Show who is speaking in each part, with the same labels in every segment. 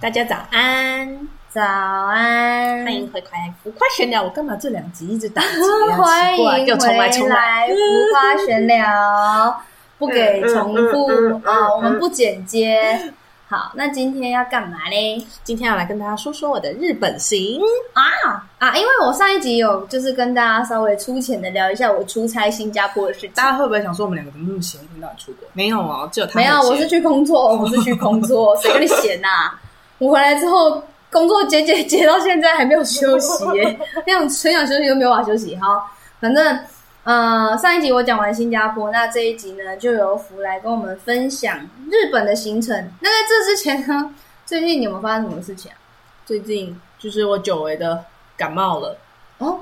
Speaker 1: 大家早安，
Speaker 2: 早安，
Speaker 1: 欢迎回来浮夸闲聊。我干嘛这两集一直打结啊？
Speaker 2: 欢
Speaker 1: 奇
Speaker 2: 迎
Speaker 1: 怪，
Speaker 2: 回
Speaker 1: 给我重来重来。
Speaker 2: 来，浮夸闲聊，不给重
Speaker 1: 嗯
Speaker 2: 复
Speaker 1: 嗯嗯嗯
Speaker 2: 啊，
Speaker 1: 嗯
Speaker 2: 我们不剪接。好，那今天要干嘛嘞？
Speaker 1: 今天要来跟大家说说我的日本行。
Speaker 2: 啊啊，因为我上一集有就是跟大家稍微粗浅的聊一下我出差新加坡的事情
Speaker 1: 大。家会不会想说我们两个怎么那么闲，一天到晚出国？没有哦，只有他
Speaker 2: 没有，
Speaker 1: 很闲
Speaker 2: 我是去工作， 我是去工作，谁跟你闲呐、 我回来之后，工作接接接到现在还没有休息耶、 那种纯想休息都没有办法休息。好，反正呃，上一集我讲完新加坡，那这一集呢，就由福来跟我们分享日本的行程。那在这之前呢，最近你有没有发生什么事情啊？
Speaker 1: 最近就是我久违的感冒了。
Speaker 2: 哦，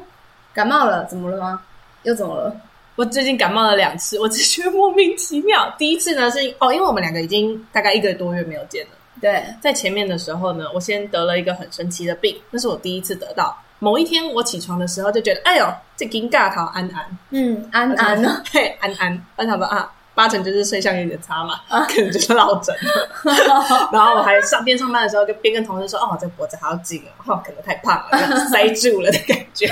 Speaker 2: 感冒了，怎么了吗？又怎么了？
Speaker 1: 我最近感冒了两次，我只觉得莫名其妙。第一次呢是哦，因为我们两个已经大概一个多月没有见了。
Speaker 2: 对，
Speaker 1: 在前面的时候呢，我先得了一个很神奇的病，那是我第一次得到。某一天我起床的时候就觉得，哎呦，这金尬桃安安
Speaker 2: 嗯，安安 呢？
Speaker 1: 呢？对，安安，我想说啊，八成就是睡相有点差嘛，
Speaker 2: 啊
Speaker 1: 可能就是落 枕了。然后我还上边上班的时候，就边跟同事说，哦，我这脖子好紧哦，哦，可能太胖 了，这样塞住了的感觉。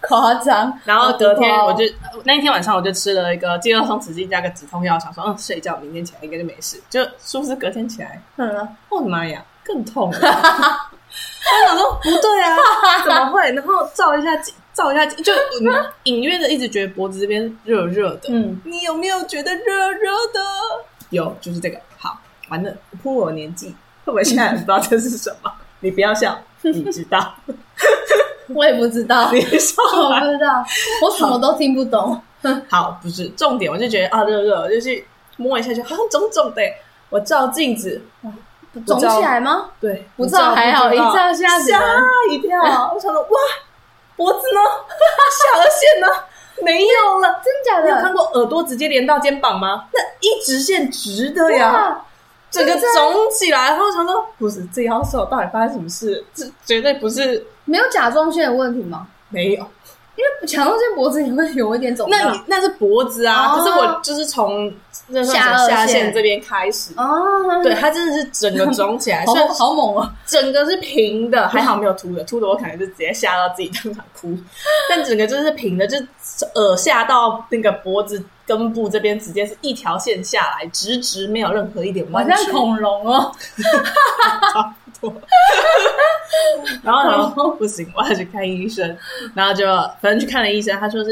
Speaker 2: 夸张。
Speaker 1: 然后隔天
Speaker 2: 好哦
Speaker 1: 我
Speaker 2: 不好
Speaker 1: 就那一天晚上我就吃了一个肌肉松弛剂加个止痛药，想说嗯睡觉，明天起来应该就没事。就是不是隔天起来，
Speaker 2: 嗯，
Speaker 1: 我的妈呀，更痛 了！我想说不对啊，怎么会？然后照一下镜，照一下镜，就嗯隐约的一直觉得脖子这边热热的。
Speaker 2: 嗯，
Speaker 1: 你有没有觉得热热的？有，就是这个。好，完了，扑我年纪，会不会现在不知道这是什么？ 你不要笑，你知 道，
Speaker 2: 我也不知道。
Speaker 1: 你笑
Speaker 2: 我
Speaker 1: 完
Speaker 2: 不知道，我什么都听不懂。
Speaker 1: 好，不是重点，我就觉得啊热热，我就去摸一下，就好像肿肿的。我照镜子，
Speaker 2: 肿起来吗？
Speaker 1: 对，
Speaker 2: 不照还好，一照吓死
Speaker 1: 吓
Speaker 2: 人。
Speaker 1: 一跳，我想说哇，脖子 呢？下颚线呢？没有了。
Speaker 2: 真假
Speaker 1: 你有看
Speaker 2: 的？
Speaker 1: 过耳朵直接连到肩膀吗？那一直线直的呀，
Speaker 2: 哇，
Speaker 1: 整个
Speaker 2: 真的
Speaker 1: 肿起来。然后我想说，不是这腰瘦到底发生什么事？这绝对不是
Speaker 2: 没有甲状腺的问题吗？
Speaker 1: 没有。
Speaker 2: 因为甲状腺脖子也会有一点肿
Speaker 1: 那
Speaker 2: 大
Speaker 1: 你那是脖子啊，
Speaker 2: 哦
Speaker 1: 可是我就是从那算什么
Speaker 2: 下颚
Speaker 1: 下
Speaker 2: 线
Speaker 1: 这边开始，
Speaker 2: 哦，
Speaker 1: 对，它真的是整个肿起 来，
Speaker 2: 好
Speaker 1: 虽然
Speaker 2: 好猛啊！
Speaker 1: 整个是平的，还好没有凸的，凸的我可能就直接吓到自己当场哭。但整个就是平的，就耳下到那个脖子根部这边，直接是一条线下来，直直没有任何一点
Speaker 2: 好
Speaker 1: 弯
Speaker 2: 像
Speaker 1: 曲。
Speaker 2: 恐龙哦，
Speaker 1: 然 后然后不行，我要去看医生，然后就反正去看了医生，他说是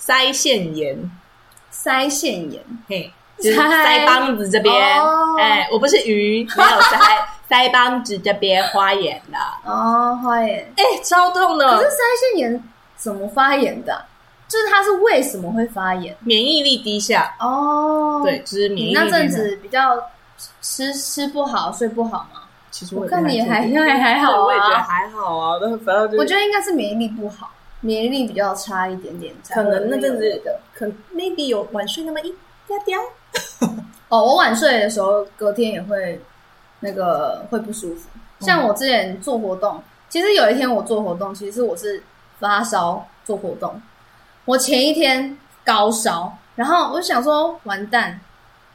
Speaker 1: 腮腺炎，
Speaker 2: 腮腺炎。
Speaker 1: 嘿，就是腮帮子这边，哎、
Speaker 2: 哦
Speaker 1: 我不是鱼，没有腮腮帮子这边发炎了，
Speaker 2: 哦，发炎。
Speaker 1: 哎、超痛
Speaker 2: 可是
Speaker 1: 的，
Speaker 2: 腮腺炎怎么发炎的啊？就是它是为什么会发炎？
Speaker 1: 免疫力低下。
Speaker 2: 哦，
Speaker 1: 对，，就是免疫力
Speaker 2: 你那阵
Speaker 1: 低下
Speaker 2: 子比较吃吃不好，睡不好吗？
Speaker 1: 其实我
Speaker 2: 我
Speaker 1: 也
Speaker 2: 看
Speaker 1: 不太
Speaker 2: 你
Speaker 1: 确
Speaker 2: 还
Speaker 1: 定
Speaker 2: 应该还好
Speaker 1: 对我也觉得
Speaker 2: 啊
Speaker 1: 还好啊。但是反正就是
Speaker 2: 我觉得应该是免疫力不好，免疫力比较差一点点才
Speaker 1: 可
Speaker 2: 会有
Speaker 1: 能
Speaker 2: 这个，
Speaker 1: 那阵子可 maybe 有晚睡那么一嗲嗲。
Speaker 2: 哦，我晚睡的时候，隔天也会那个会不舒服。
Speaker 1: 嗯
Speaker 2: 像我之前做活动，其实有一天我做活动，其实我是发烧做活动，我前一天高烧，然后我就想说完蛋，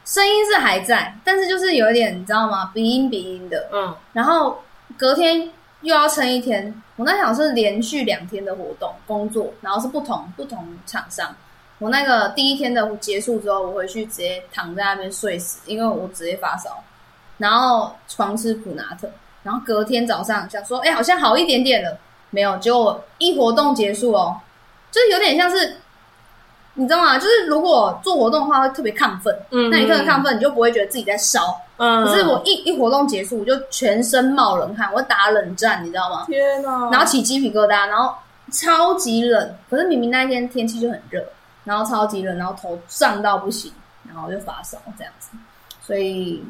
Speaker 2: 声音是还在，但是就是有一点你知道吗？鼻音鼻音的，
Speaker 1: 嗯，
Speaker 2: 然后隔天又要撑一天。我那场是连续两天的活动工作，然后是不同不同厂商。我那个第一天的结束之后，我回去直接躺在那边睡死，因为我直接发烧，然后狂吃普拿特，然后隔天早上想说，哎、好像好一点点了，没有，结果我一活动结束哦，就是有点像是，你知道吗？就是如果做活动的话，会特别亢奋，
Speaker 1: 嗯
Speaker 2: 那你特别亢奋，你就不会觉得自己在烧，
Speaker 1: 嗯
Speaker 2: 可是我一一活动结束，我就全身冒冷汗，我打冷战，你知道吗？
Speaker 1: 天哪，
Speaker 2: 然后起鸡皮疙瘩，然后超级冷。可是明明那一天天气就很热，然后超级冷，然后头胀到不行，然后就发烧这样子。所以，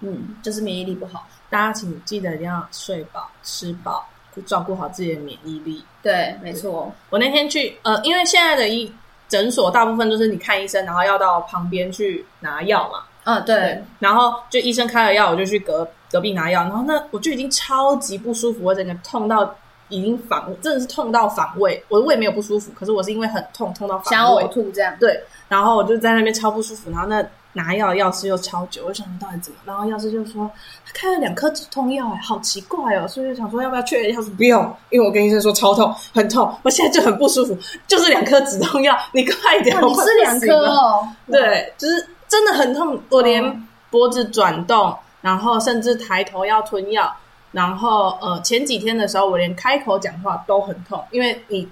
Speaker 2: 嗯，就是免疫力不好。
Speaker 1: 大家请记得一定要睡饱、吃饱，就照顾好自己的免疫力。
Speaker 2: 对，没错。
Speaker 1: 我那天去，呃，因为现在的医诊所大部分就是你看医生，然后要到旁边去拿药嘛。
Speaker 2: 啊，对
Speaker 1: 对，，然后就医生开了药，我就去隔隔壁拿药，然后那我就已经超级不舒服，我整个痛到已经反，真的是痛到反胃，我的胃没有不舒服，可是我是因为很痛，痛到
Speaker 2: 想
Speaker 1: 反
Speaker 2: 要
Speaker 1: 胃
Speaker 2: 呕，吐这样。
Speaker 1: 对，然后我就在那边超不舒服，然后那拿药，药师又超久，我想到底怎么？然后药师就说他开了两颗止痛药，哎，好奇怪哦，所以就想说要不要确认一下？他说不用，因为我跟医生说超痛，很痛，我现在就很不舒服，就是两颗止痛药，你快点，
Speaker 2: 哇，
Speaker 1: 我
Speaker 2: 你
Speaker 1: 快
Speaker 2: 吃
Speaker 1: 不
Speaker 2: 两
Speaker 1: 行
Speaker 2: 颗
Speaker 1: 了
Speaker 2: 哦，
Speaker 1: 对，就是真的很痛，我
Speaker 2: 嗯
Speaker 1: 连脖子转动，然后甚至抬头要吞药，然后呃前几天的时候，我连开口讲话都很痛，因为你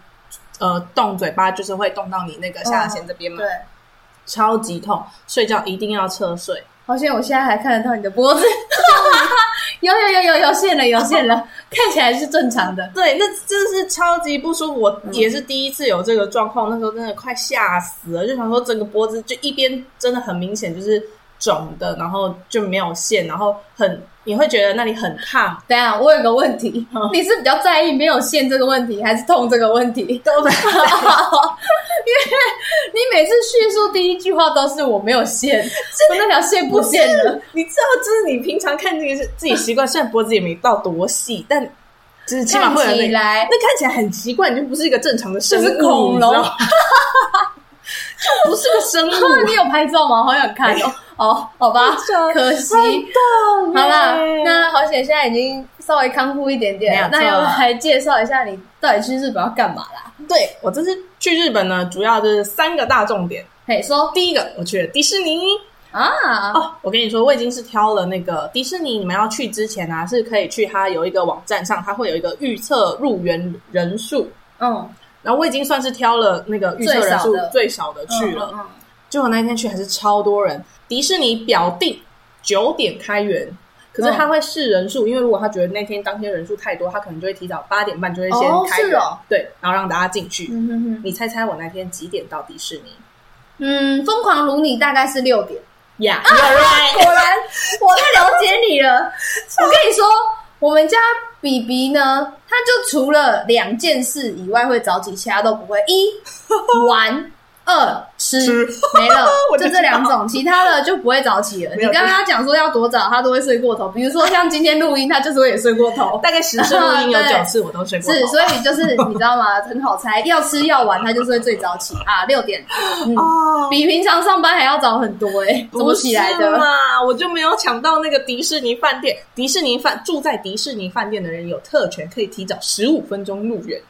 Speaker 1: 呃动嘴巴就是会动到你那个下颌线这边嘛，
Speaker 2: 对，
Speaker 1: 超级痛，睡觉一定要侧睡。
Speaker 2: 好险我现在还看得到你的脖子， 有有有有有线了有线了，看起来是正常的。
Speaker 1: 对，那真的是超级不舒服，我也是第一次有这个状况，那时候真的快吓死了，就想说整个脖子就一边真的很明显就是肿的，然后就没有线，然后很你会觉得那里很烫。
Speaker 2: 等一下，我有个问题，你是比较在意没有线这个问题，还是痛这个问题？
Speaker 1: 都没有
Speaker 2: 你每次叙述第一句话都是我没有线，我那条线不见了。
Speaker 1: 你知道，就是你平常看那个是自己习惯，虽然脖子也没到多细，但 就是起码
Speaker 2: 看
Speaker 1: 会有
Speaker 2: 起
Speaker 1: 那
Speaker 2: 来
Speaker 1: 那看起来很奇怪，你就不是一个正常的生物，
Speaker 2: 就是恐
Speaker 1: 你知道
Speaker 2: 龙
Speaker 1: 吗就不是个生
Speaker 2: 哦，
Speaker 1: 物。
Speaker 2: 你有拍照吗？好想看哦。哦，好吧， 可惜。
Speaker 1: 好
Speaker 2: 好啦，那好险，现在已经稍微康复一点点了。
Speaker 1: 没有
Speaker 2: 那
Speaker 1: 错
Speaker 2: 要不要来介绍一下你到底去日本要干嘛啦？
Speaker 1: 对我这次去日本呢，主要就是三个大重点。
Speaker 2: 嘿，说
Speaker 1: 第一个，我去了迪士尼
Speaker 2: 啊，
Speaker 1: 哦，我跟你说，我已经是挑了那个迪士尼。你们要去之前啊，是可以去它有一个网站上，它会有一个预测入园人数，
Speaker 2: 嗯，
Speaker 1: 然后我已经算是挑了那个预测人数
Speaker 2: 最少
Speaker 1: 最少的
Speaker 2: 的
Speaker 1: 去了，
Speaker 2: 嗯，嗯
Speaker 1: 结果那一天去还是超多人。迪士尼表定九点开园，可是他会视人数，因为如果他觉得那天当天人数太多，他可能就会提早八点半就会先
Speaker 2: 哦
Speaker 1: 开
Speaker 2: 是
Speaker 1: 园，
Speaker 2: 哦
Speaker 1: 对，然后让大家进去。
Speaker 2: 嗯哼哼，
Speaker 1: 你猜猜我那天几点到迪士尼？
Speaker 2: 嗯，疯狂如你大概是六点。
Speaker 1: 呀、yeah,，You're right，
Speaker 2: 果然，我太了解你 了。我跟你说，我们家比比呢，他就除了两件事以外会早起，其他都不会。 一玩，二吃，
Speaker 1: 吃
Speaker 2: 没了
Speaker 1: ，我就
Speaker 2: 就
Speaker 1: 知道
Speaker 2: 这两种，其他的就不会早起了。
Speaker 1: 没
Speaker 2: 你
Speaker 1: 有
Speaker 2: 刚刚讲说要多早，他都会睡过头。比如说像今天录音，他就是会也睡过 头。
Speaker 1: 哦大概十次录音有
Speaker 2: 对
Speaker 1: 九次我都睡过头
Speaker 2: 是，所以就是你知道吗？很好猜，要吃要玩，他就是会最早起啊，六点，嗯，
Speaker 1: 哦。
Speaker 2: 比平常上班还要早很多哎、怎么起来的？
Speaker 1: 嘛？啊我就没有抢到那个迪士尼饭店。迪士尼饭住在迪士尼饭店的人有特权，可以提早十五分钟入园。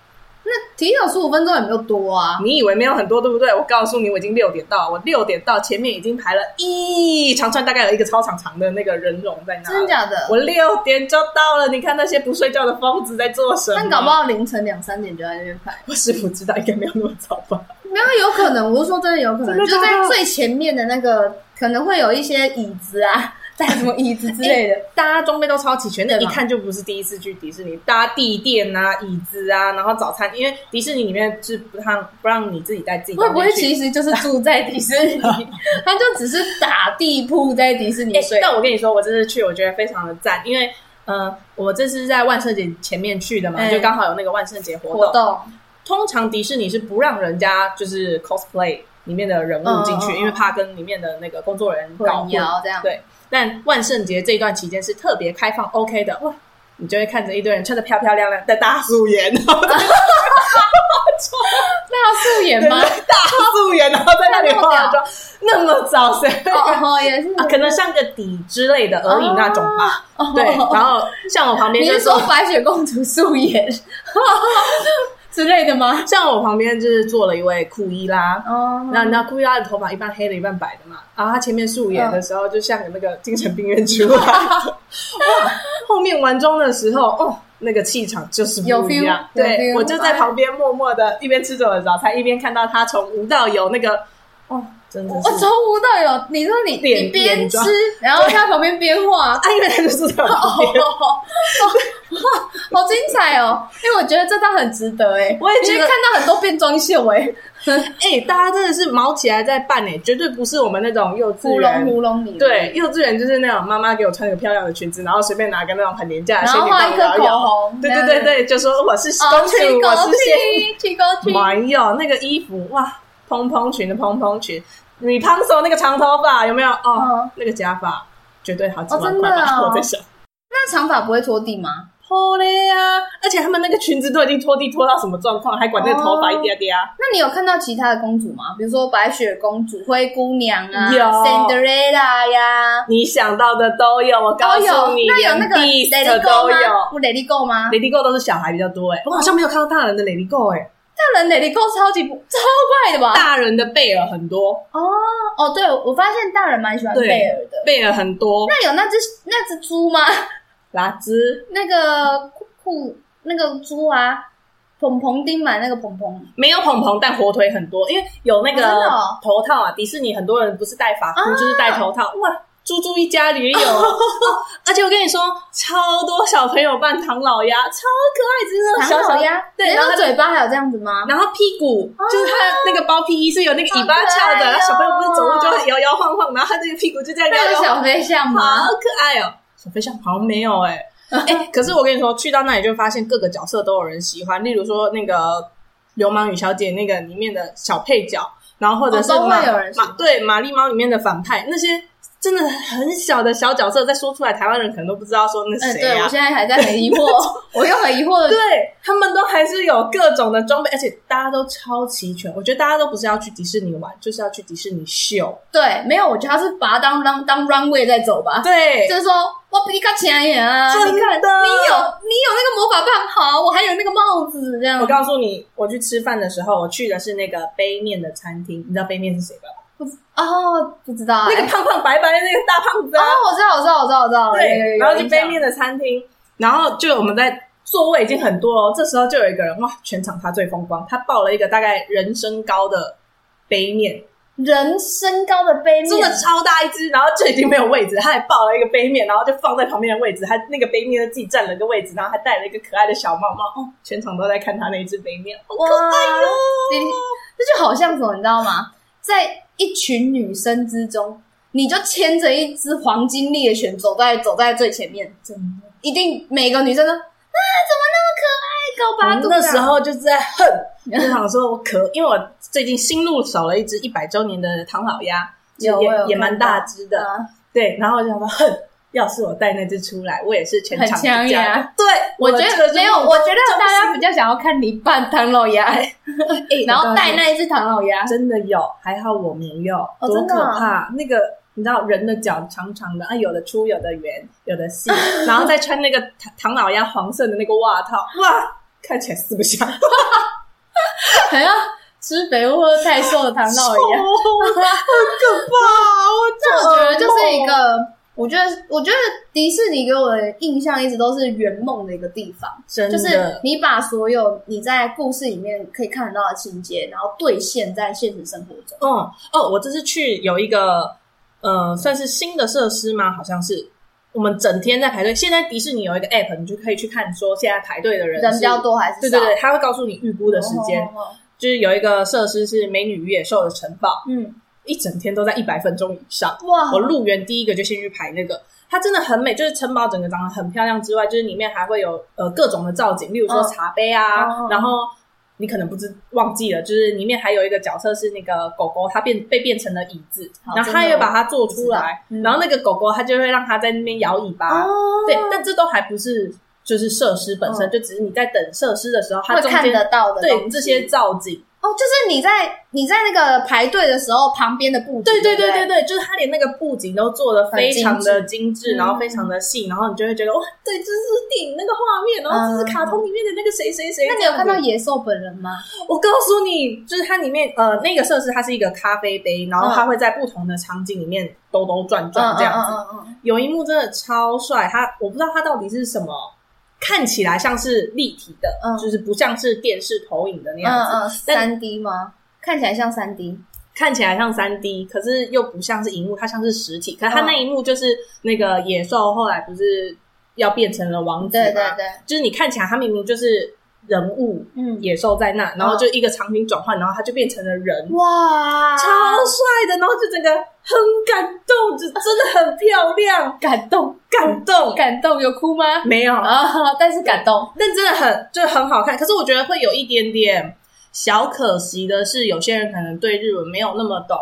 Speaker 2: 提早十五分钟也没有多啊，
Speaker 1: 你以为没有很多，对不对？我告诉你，我已经六点到，我六点到，前面已经排了一长串，大概有一个操场长的那个人龙在那。
Speaker 2: 真的？假的？
Speaker 1: 我六点就到了，你看那些不睡觉的疯子在做什么？
Speaker 2: 但搞不好凌晨两三点就在那边排，
Speaker 1: 我是不知道，应该没有那么早吧？
Speaker 2: 没有有可能，我是说真的有可能，
Speaker 1: 真的
Speaker 2: 就
Speaker 1: 假的
Speaker 2: 在最前面的那个可能会有一些椅子啊， 带什么椅子之类的，
Speaker 1: 大家装备都超齐全的，
Speaker 2: 对
Speaker 1: 一
Speaker 2: 嘛
Speaker 1: 看就不是第一次去迪士尼。搭地垫啊、椅子啊，然后早餐，因为迪士尼里面是不让不让你自己带自己的
Speaker 2: 会
Speaker 1: 东西去。
Speaker 2: 不会其实就是住在迪士 尼，他就只是打地铺在迪士尼
Speaker 1: 欸
Speaker 2: 睡？
Speaker 1: 但我跟你说，我这次去我觉得非常的赞，因为呃，我这次在万圣节前面去的嘛，
Speaker 2: 嗯
Speaker 1: 就刚好有那个万圣节活动。
Speaker 2: 活动
Speaker 1: 通常迪士尼是不让人家就是 cosplay 里面的人物进去，
Speaker 2: 嗯嗯嗯
Speaker 1: 因为怕跟里面的那个工作人员搞
Speaker 2: 混
Speaker 1: 混。
Speaker 2: 淆这样，
Speaker 1: 对但万圣节这一段期间是特别开放 OK 的，哇！你就会看着一堆人穿的漂漂亮亮的大素颜，然后在
Speaker 2: 那要素颜
Speaker 1: 那
Speaker 2: 吗
Speaker 1: 边？大素颜，然后在那里化妆，那么早谁会 啊？
Speaker 2: 哦， 也是。
Speaker 1: 可能上个底之类的而已那种吧。
Speaker 2: 哦
Speaker 1: 对，然后像我旁边
Speaker 2: 你
Speaker 1: 就是
Speaker 2: 说白雪公主素颜 之类的吗？
Speaker 1: 像我旁边就是坐了一位库伊拉，
Speaker 2: 哦
Speaker 1: 那你知道库伊拉的头发一半黑的，一半白的嘛，然后他前面素颜的时候，就像有那个精神病院 出来的，哇，后面完妆的时候，哦。那个气场就是
Speaker 2: 有
Speaker 1: 不一
Speaker 2: feel，
Speaker 1: 样，
Speaker 2: 有
Speaker 1: 对
Speaker 2: feel
Speaker 1: 我就在旁边默默的，一边吃着我的早餐，一边看到他从无到有那个，哦，真的
Speaker 2: 我
Speaker 1: 是
Speaker 2: 从，无到有，你说你
Speaker 1: 脸
Speaker 2: 你边
Speaker 1: 脸
Speaker 2: 吃
Speaker 1: 妆，
Speaker 2: 然后他旁边边画，
Speaker 1: 啊，因为他就是在
Speaker 2: 哦，
Speaker 1: 旁边，
Speaker 2: 哇，好精彩哦！因为我觉得这套很值得哎，
Speaker 1: 我也觉得
Speaker 2: 因为看到很多变装秀 哎，
Speaker 1: 哎、大家真的是毛起来在办哎、绝对不是我们那种幼稚
Speaker 2: 糊
Speaker 1: 园
Speaker 2: 弄糊弄你，
Speaker 1: 对，，幼稚园就是那种妈妈给我穿一个漂亮的裙子，然后随便拿个那种很廉价的
Speaker 2: 然
Speaker 1: 仙
Speaker 2: 后
Speaker 1: 女
Speaker 2: 画一
Speaker 1: 棒
Speaker 2: 颗
Speaker 1: 摇一
Speaker 2: 口
Speaker 1: 摇。
Speaker 2: 红，
Speaker 1: 对
Speaker 2: 这
Speaker 1: 对
Speaker 2: 样
Speaker 1: 对，对，就说我是
Speaker 2: 哦，
Speaker 1: 公主，
Speaker 2: 去
Speaker 1: 我
Speaker 2: 高
Speaker 1: 是仙
Speaker 2: 去去高去
Speaker 1: 女。，没有那个衣服哇，蓬蓬裙的蓬蓬裙，你胖手那个长头发有没有？哦，
Speaker 2: 嗯
Speaker 1: 那个假发绝对好几
Speaker 2: 哦
Speaker 1: 万
Speaker 2: 真的
Speaker 1: 块吧，
Speaker 2: 哦
Speaker 1: 我在想。
Speaker 2: 那长发不会拖地吗？
Speaker 1: 好嘞啊！而且他们那个裙子都已经拖地拖到什么状况，还管那个头发一啊嗲嗲。
Speaker 2: 那你有看到其他的公主吗？比如说白雪公主、灰姑娘啊、
Speaker 1: 有
Speaker 2: Cinderella 呀，
Speaker 1: 你想到的都有，我告
Speaker 2: 都有。
Speaker 1: 诉你，
Speaker 2: 那有那个
Speaker 1: 连
Speaker 2: Lady
Speaker 1: Beast 的
Speaker 2: Go
Speaker 1: 都
Speaker 2: 吗？
Speaker 1: 有。
Speaker 2: 不 Lady Go 吗？
Speaker 1: Lady Go 都是小孩比较多哎、我好像没有看到大人的 Lady Go 哎、
Speaker 2: 大人 Lady Go 超级不超怪的吧？
Speaker 1: 大人的贝尔很多，
Speaker 2: 哦，对，我发现大人蛮喜欢
Speaker 1: 对
Speaker 2: 贝尔的。
Speaker 1: 贝尔很多，
Speaker 2: 那有那只那只猪吗？
Speaker 1: 拉兹
Speaker 2: 那个库库那个猪啊，蓬蓬丁买那个蓬蓬
Speaker 1: 没有蓬蓬，但火腿很多，因为有那个
Speaker 2: 哦真的哦啊
Speaker 1: 头套啊，迪士尼很多人不是戴发箍、就是戴头套，哇。猪猪一家里也有， 哦而且我跟你说，超多小朋友扮唐老鸭，超可爱，就是那种
Speaker 2: 唐
Speaker 1: 小小
Speaker 2: 老鸭，
Speaker 1: 对
Speaker 2: 人
Speaker 1: 然后
Speaker 2: 家
Speaker 1: 它就
Speaker 2: 嘴巴还有这样子吗？
Speaker 1: 然后屁股、就是他那个包屁衣是有那个尾巴翘
Speaker 2: 好可爱
Speaker 1: 的，
Speaker 2: 哦
Speaker 1: 然后小朋友不是走路就会摇摇晃晃，然后他这个屁股就这样
Speaker 2: 那
Speaker 1: 摇
Speaker 2: 有
Speaker 1: 摇晃，
Speaker 2: 小飞象吗
Speaker 1: 好？可爱哦。小飞象好像没 有哎、哎、可是我跟你说，去到那里就发现各个角色都有人喜欢，例如说那个《流氓与小姐》那个里面的小配角，然后或者是
Speaker 2: 哦都会
Speaker 1: 马
Speaker 2: 有人喜
Speaker 1: 马
Speaker 2: 欢
Speaker 1: 对《玛丽猫》里面的反派，那些真的很小的小角色，再说出来，台湾人可能都不知道说那
Speaker 2: 呃，
Speaker 1: 谁
Speaker 2: 对
Speaker 1: 啊。
Speaker 2: 我现在还在很疑惑，我又很疑惑。
Speaker 1: 对他们都还是有各种的装备，而且大家都超齐全。我觉得大家都不是要去迪士尼玩，就是要去迪士尼秀。
Speaker 2: 对，没有，我觉得他是把它当当当 runway 在走吧。
Speaker 1: 对，
Speaker 2: 就是说，我比你卡前眼啊！
Speaker 1: 真的
Speaker 2: 你看，你有你有那个魔法棒，好，我还有那个帽子，这样
Speaker 1: 我告诉你，我去吃饭的时候，我去的是那个杯面的餐厅。你知道杯面是谁吧？
Speaker 2: 哦，不知道欸
Speaker 1: 那个胖胖白白的那个大胖子
Speaker 2: 哦
Speaker 1: 啊。，
Speaker 2: 我知道，我知道，我知道，我知道，哦有有有
Speaker 1: 对，然后去
Speaker 2: 印
Speaker 1: 杯
Speaker 2: 象
Speaker 1: 面的餐厅，然后就我们在座位已经很多哦，这时候就有一个人哇，全场他最风光，他抱了一个大概人身高的杯面，
Speaker 2: 人身高的杯面，
Speaker 1: 真的超大一只，然后就已经没有位置，他还抱了一个杯面，然后就放在旁边的位置，他那个杯面就自己占了一个位置，然后还戴了一个可爱的小帽帽，哦，全场都在看他那一只杯面，好
Speaker 2: 哇
Speaker 1: 可爱哟、
Speaker 2: 你这就好像什么，你知道吗？在一群女生之中，你就牵着一只黄金猎犬走在走在最前面，
Speaker 1: 真的，
Speaker 2: 一定每个女生都啊，怎么那么可爱，高八
Speaker 1: 我
Speaker 2: 度、啊。
Speaker 1: 哦那时候就是在恨，就想说我可，因为我最近新入手了一只一百周年的唐老鸭，就
Speaker 2: 有我有
Speaker 1: 也也
Speaker 2: 看
Speaker 1: 蛮大只的，
Speaker 2: 啊
Speaker 1: 对，然后我就想说恨。要是我带那只出来，我也是全场
Speaker 2: 很抢
Speaker 1: 最佳
Speaker 2: 眼啊
Speaker 1: 对，
Speaker 2: 我觉
Speaker 1: 这个
Speaker 2: 得
Speaker 1: 就
Speaker 2: 没有，
Speaker 1: 目中
Speaker 2: 我觉得大
Speaker 1: 中
Speaker 2: 家比较想要看你扮唐老鸭，
Speaker 1: 心，哎
Speaker 2: 然
Speaker 1: 我告诉
Speaker 2: 后带
Speaker 1: 你
Speaker 2: 那一只唐老鸭。
Speaker 1: 真的有，还好我没有，
Speaker 2: 哦
Speaker 1: 多
Speaker 2: 真的
Speaker 1: 可
Speaker 2: 啊
Speaker 1: 怕！那个你知道，人的脚长长的啊，有的粗，有的圆，有的 细，然后再穿那个唐唐老鸭黄色的那个袜套，哇，看起来四不 像，
Speaker 2: 还要吃肥或者太瘦的唐老
Speaker 1: 丑
Speaker 2: 鸭。
Speaker 1: 很可怕。
Speaker 2: 那
Speaker 1: 我
Speaker 2: 哦我觉得就是一个，我觉得我觉得迪士尼给我的印象一直都是圆梦的一个地方，
Speaker 1: 真
Speaker 2: 就
Speaker 1: 的
Speaker 2: 是你把所有你在故事里面可以看得到的情节，然后兑现在现实生活中。
Speaker 1: 嗯哦，我这次去有一个呃，算是新的设施吗？好像是。我们整天在排队。现在迪士尼有一个 app，你就可以去看说现在排队的人
Speaker 2: 人
Speaker 1: 是
Speaker 2: 比较。多还是
Speaker 1: 对
Speaker 2: 少
Speaker 1: 对对，他会告诉你预估的时间。
Speaker 2: 哦哦哦
Speaker 1: 就是有一个设施是美女与野兽的城堡，
Speaker 2: 嗯，
Speaker 1: 一整天都在一百分钟以上。
Speaker 2: 哇，
Speaker 1: 我入园第一个就先去排那个，它真的很美，就是城堡整个长得很漂亮之外，就是里面还会有呃各种的造景，例如说
Speaker 2: 嗯
Speaker 1: 茶杯啊，
Speaker 2: 哦
Speaker 1: 然后。你可能不知忘记了，就是里面还有一个角色是那个狗狗，它变被变成了椅子，
Speaker 2: 好
Speaker 1: 然后
Speaker 2: 哦真
Speaker 1: 它
Speaker 2: 的
Speaker 1: 也把它做出来，
Speaker 2: 我知道嗯
Speaker 1: 然后那个狗狗它就会让它在那边摇尾巴，
Speaker 2: 哦，
Speaker 1: 对，但这都还不是就是设施本身，
Speaker 2: 嗯
Speaker 1: 就只是你在等设施的时候，它
Speaker 2: 会
Speaker 1: 中
Speaker 2: 看
Speaker 1: 间
Speaker 2: 得到的
Speaker 1: 对
Speaker 2: 东西
Speaker 1: 这些造景，
Speaker 2: 哦，就是你在你在那个排队的时候，旁边的布景，
Speaker 1: 对对
Speaker 2: 对
Speaker 1: 对
Speaker 2: 不
Speaker 1: 对对，就是它连那个布景都做的非常的精致，
Speaker 2: 嗯
Speaker 1: 然后非常的细，然后你就会觉得哇，对，这是电影那个画面，然后这是卡通里面的那个谁谁谁。
Speaker 2: 嗯那你有看
Speaker 1: 这
Speaker 2: 到
Speaker 1: 样子？
Speaker 2: 野兽本人吗？
Speaker 1: 我告诉你，就是它里面呃那个设施，它是一个咖啡杯，然后它会在不同的场景里面兜兜转转这样子。
Speaker 2: 嗯嗯嗯嗯嗯
Speaker 1: 有一幕真的超帅，它我不知道它到底是什么，看起来像是立体的，
Speaker 2: 嗯
Speaker 1: 就是不像是电视投影的那样子，
Speaker 2: 嗯嗯，
Speaker 1: 但
Speaker 2: 三 D 吗？看起来像三 D，
Speaker 1: 看起来像三 D，可是又不像是荧幕，它像是实体。可
Speaker 2: 嗯
Speaker 1: 是它那一幕就是那个野兽后来不是要变成了王子吗？
Speaker 2: 对对对，
Speaker 1: 就是你看起来它明明就是人物
Speaker 2: 嗯，
Speaker 1: 野兽在那，然后就一个场景转换，然后它就变成了人，
Speaker 2: 哇，
Speaker 1: 超帅的，然后就整个很感动，就真的很漂亮，
Speaker 2: 感动，
Speaker 1: 感动。
Speaker 2: 感动，有哭吗？
Speaker 1: 没有，
Speaker 2: 啊，但是感动，
Speaker 1: 但真的很就很好看。可是我觉得会有一点点小可惜的是，有些人可能对日文没有那么懂。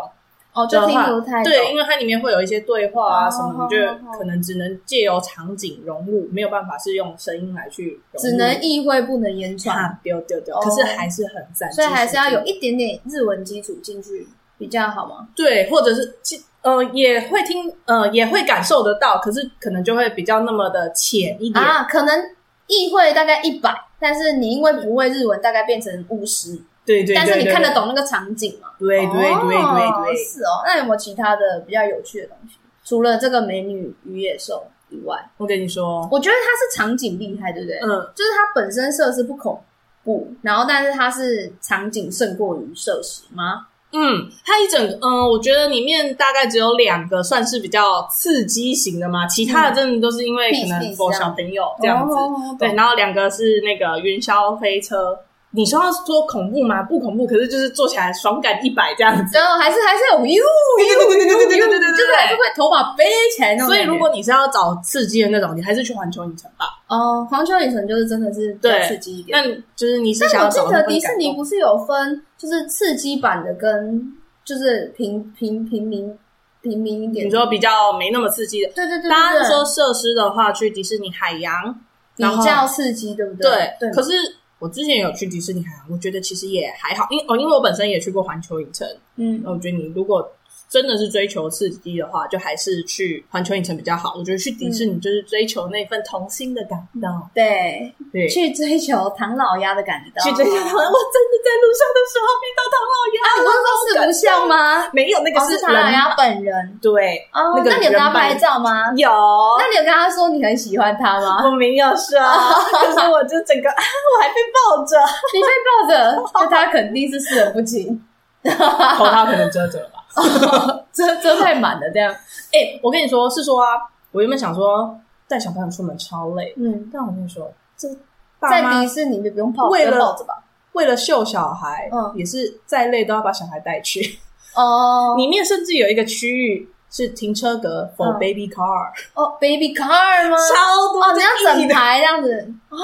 Speaker 2: 哦，就
Speaker 1: 的
Speaker 2: 听
Speaker 1: 话
Speaker 2: 不太懂。
Speaker 1: 对，因为它里面会有一些对话啊
Speaker 2: 哦
Speaker 1: 什么，
Speaker 2: 好
Speaker 1: 你就
Speaker 2: 好好
Speaker 1: 可能只能借由场景融入，没有办法是用声音来去融入，
Speaker 2: 只能意会不能言传，
Speaker 1: 看丢丢丢，
Speaker 2: 哦
Speaker 1: 可是还嗯是很赞，
Speaker 2: 所以还是要有
Speaker 1: 继续
Speaker 2: 一点点日文基础进去比较好嘛。
Speaker 1: 听对，或者是其呃也会听呃也会感受得到，可是可能就会比较那么的浅一点，
Speaker 2: 啊，可能意会大概一百，但是你因为不会日文，大概变成五十，
Speaker 1: 对对对，
Speaker 2: 但是你
Speaker 1: 对
Speaker 2: 看得，懂那个场景嘛？
Speaker 1: 对对对对
Speaker 2: 哦
Speaker 1: 对对，
Speaker 2: 是哦。那有没有其他的比较有趣的东西？除了这个美女与野兽以外，
Speaker 1: 我跟你说，
Speaker 2: 我觉得它是场景厉害，对不对？
Speaker 1: 嗯，
Speaker 2: 就是它本身设施不恐怖，然后但是它是场景胜过于设施吗？
Speaker 1: 嗯，它一整个，嗯、我觉得里面大概只有两个算是比较刺激型的嘛，其他的真的都是因为可能
Speaker 2: Peace，peace
Speaker 1: 我小朋友这样子。
Speaker 2: 哦
Speaker 1: 对，，然后两个是那个云霄飞车。你说要说恐怖吗？不恐怖，可是就是坐起来爽感一百这样子。
Speaker 2: 然后还是还是有呦，
Speaker 1: 对对对对对对对对对
Speaker 2: 就是还是会头发飞起来那种
Speaker 1: 所
Speaker 2: 感觉。
Speaker 1: 以如果你是要找刺激的那种，你还是去环球影城吧。
Speaker 2: 哦，环球影城就是真的是比较
Speaker 1: 对
Speaker 2: 刺激一点
Speaker 1: 那。就是你是想
Speaker 2: 但
Speaker 1: 要
Speaker 2: 我记
Speaker 1: 找
Speaker 2: 得
Speaker 1: 那种
Speaker 2: 迪
Speaker 1: 感
Speaker 2: 士尼
Speaker 1: 动
Speaker 2: 不是有分，就是刺激版的跟就是平平平民平民一点
Speaker 1: 你
Speaker 2: 的。
Speaker 1: 说比较没那么刺激的。
Speaker 2: 对对对，
Speaker 1: 大家
Speaker 2: 对
Speaker 1: 是说设施的话，去迪士尼海洋，然
Speaker 2: 比
Speaker 1: 后
Speaker 2: 较刺激，对不
Speaker 1: 对，
Speaker 2: 对，
Speaker 1: 可是我之前有去迪士尼海洋，我觉得其实也还好，因哦，因为我本身也去过环球影城，
Speaker 2: 嗯
Speaker 1: 那我觉得你如果真的是追求刺激的话，就还是去环球影城比较好。我觉得去迪士
Speaker 2: 嗯
Speaker 1: 尼就是追求那份童心的感动，
Speaker 2: 对，
Speaker 1: 对，去
Speaker 2: 嗯去哦追求唐老鸭的感觉。
Speaker 1: 追求他们。我真的在路上的时候遇到唐老
Speaker 2: 啊，
Speaker 1: 鸭，
Speaker 2: 你不是说四不像吗？
Speaker 1: 没有那个
Speaker 2: 哦，是唐老
Speaker 1: 人，
Speaker 2: 鸭本人。
Speaker 1: 对，
Speaker 2: 哦
Speaker 1: 那，个
Speaker 2: 那你有跟他
Speaker 1: 人扮
Speaker 2: 拍照吗？
Speaker 1: 有。
Speaker 2: 那你有跟他说你很喜欢 他吗？
Speaker 1: 我没有 说，可是我就整个，啊我还被抱着，
Speaker 2: 你被抱着， 就他肯定是视而不见，
Speaker 1: 头套可能遮着了吧。
Speaker 2: 遮遮太满了这样。
Speaker 1: 哎、我跟你说，是说啊，我原本想说带小朋友出门超累，
Speaker 2: 嗯，
Speaker 1: 但我跟你说，这爸
Speaker 2: 在
Speaker 1: 妈
Speaker 2: 迪士尼就不用抱，
Speaker 1: 为了
Speaker 2: 不用抱着吧。
Speaker 1: 为了秀小孩，
Speaker 2: 嗯
Speaker 1: 也是再累都要把小孩带去。
Speaker 2: 哦，
Speaker 1: 里面甚至有一个区域是停车格 for
Speaker 2: 嗯
Speaker 1: baby car，、
Speaker 2: 哦，baby car 吗？
Speaker 1: 超多
Speaker 2: 哦，你要
Speaker 1: 这
Speaker 2: 整
Speaker 1: 一的。
Speaker 2: 排这样子哦。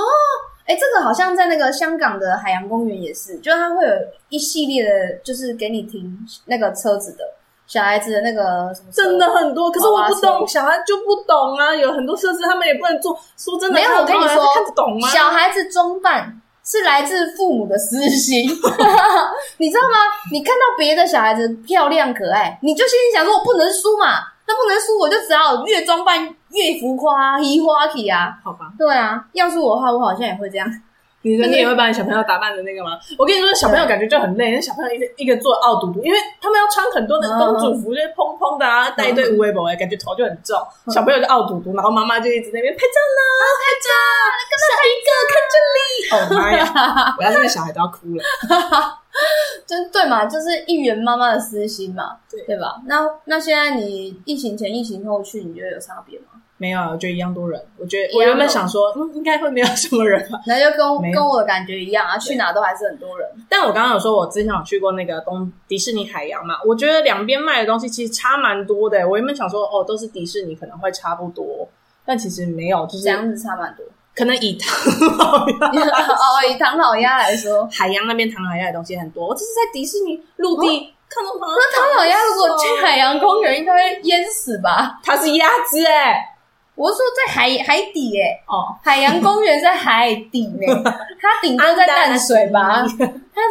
Speaker 2: 哎，这个好像在那个香港的海洋公园也是，就是它会有一系列的，就是给你停那个车子的小孩子的那个什么车
Speaker 1: 真的很多，可是我不
Speaker 2: 娃娃车
Speaker 1: 懂，小孩就不懂啊。有很多设施他们也不能做。说真的，
Speaker 2: 没有
Speaker 1: 他们
Speaker 2: 我跟你
Speaker 1: 看
Speaker 2: 说
Speaker 1: 他看得懂吗？
Speaker 2: 小孩子装扮是来自父母的私心， 你知道吗？你看到别的小孩子漂亮可爱，你就心里想说，我不能输嘛，那不能输，我就只好越装扮越浮夸、移花体啊。
Speaker 1: 好吧，
Speaker 2: 对啊，要是我的话，我好像也会这样。
Speaker 1: 哦你
Speaker 2: 就是
Speaker 1: 你也会把你小朋友打扮的那个吗？我跟你说，小朋友感觉就很累，
Speaker 2: 嗯
Speaker 1: 那小朋友一个一个做傲嘟嘟，因为他们要穿很多的公主服，就是蓬蓬的啊，带一堆无围脖，感觉头就很重。
Speaker 2: 嗯
Speaker 1: 小朋友就傲嘟嘟，然后妈妈就一直在那边拍照啦，拍照，下一个看这里。哦妈呀！ 我要是个小孩都要哭了。
Speaker 2: 真对嘛，就是一元妈妈的私心嘛，
Speaker 1: 对
Speaker 2: 吧？那那现在你疫情前、疫情后去，你觉得有差别吗？
Speaker 1: 没有，我觉得一样多人。我觉得
Speaker 2: 一样多
Speaker 1: 我
Speaker 2: 人
Speaker 1: 原本想说，嗯，应该会没有什么人吧。
Speaker 2: 那就跟
Speaker 1: 没有
Speaker 2: 跟我的感觉一样啊，去哪都还是很多人。
Speaker 1: 但我刚刚有说，我之前有去过那个东迪士尼海洋嘛，我觉得两边卖的东西其实差蛮多的。我原本想说，哦，都是迪士尼，可能会差不多，但其实没有，就
Speaker 2: 这
Speaker 1: 是
Speaker 2: 样子差蛮多。
Speaker 1: 可能以唐老鸭
Speaker 2: 哦，以唐老鸭来说，
Speaker 1: 海洋那边唐老鸭的东西很多。我这是在迪士尼陆
Speaker 2: 哦
Speaker 1: 地、看到唐老
Speaker 2: 那唐老鸭如果去海洋公园，应该会淹死吧？
Speaker 1: 它是鸭子哎、
Speaker 2: 我是说在海海底诶、
Speaker 1: 哦，
Speaker 2: 海洋公园在海底呢、 它顶多在淡水吧？它怎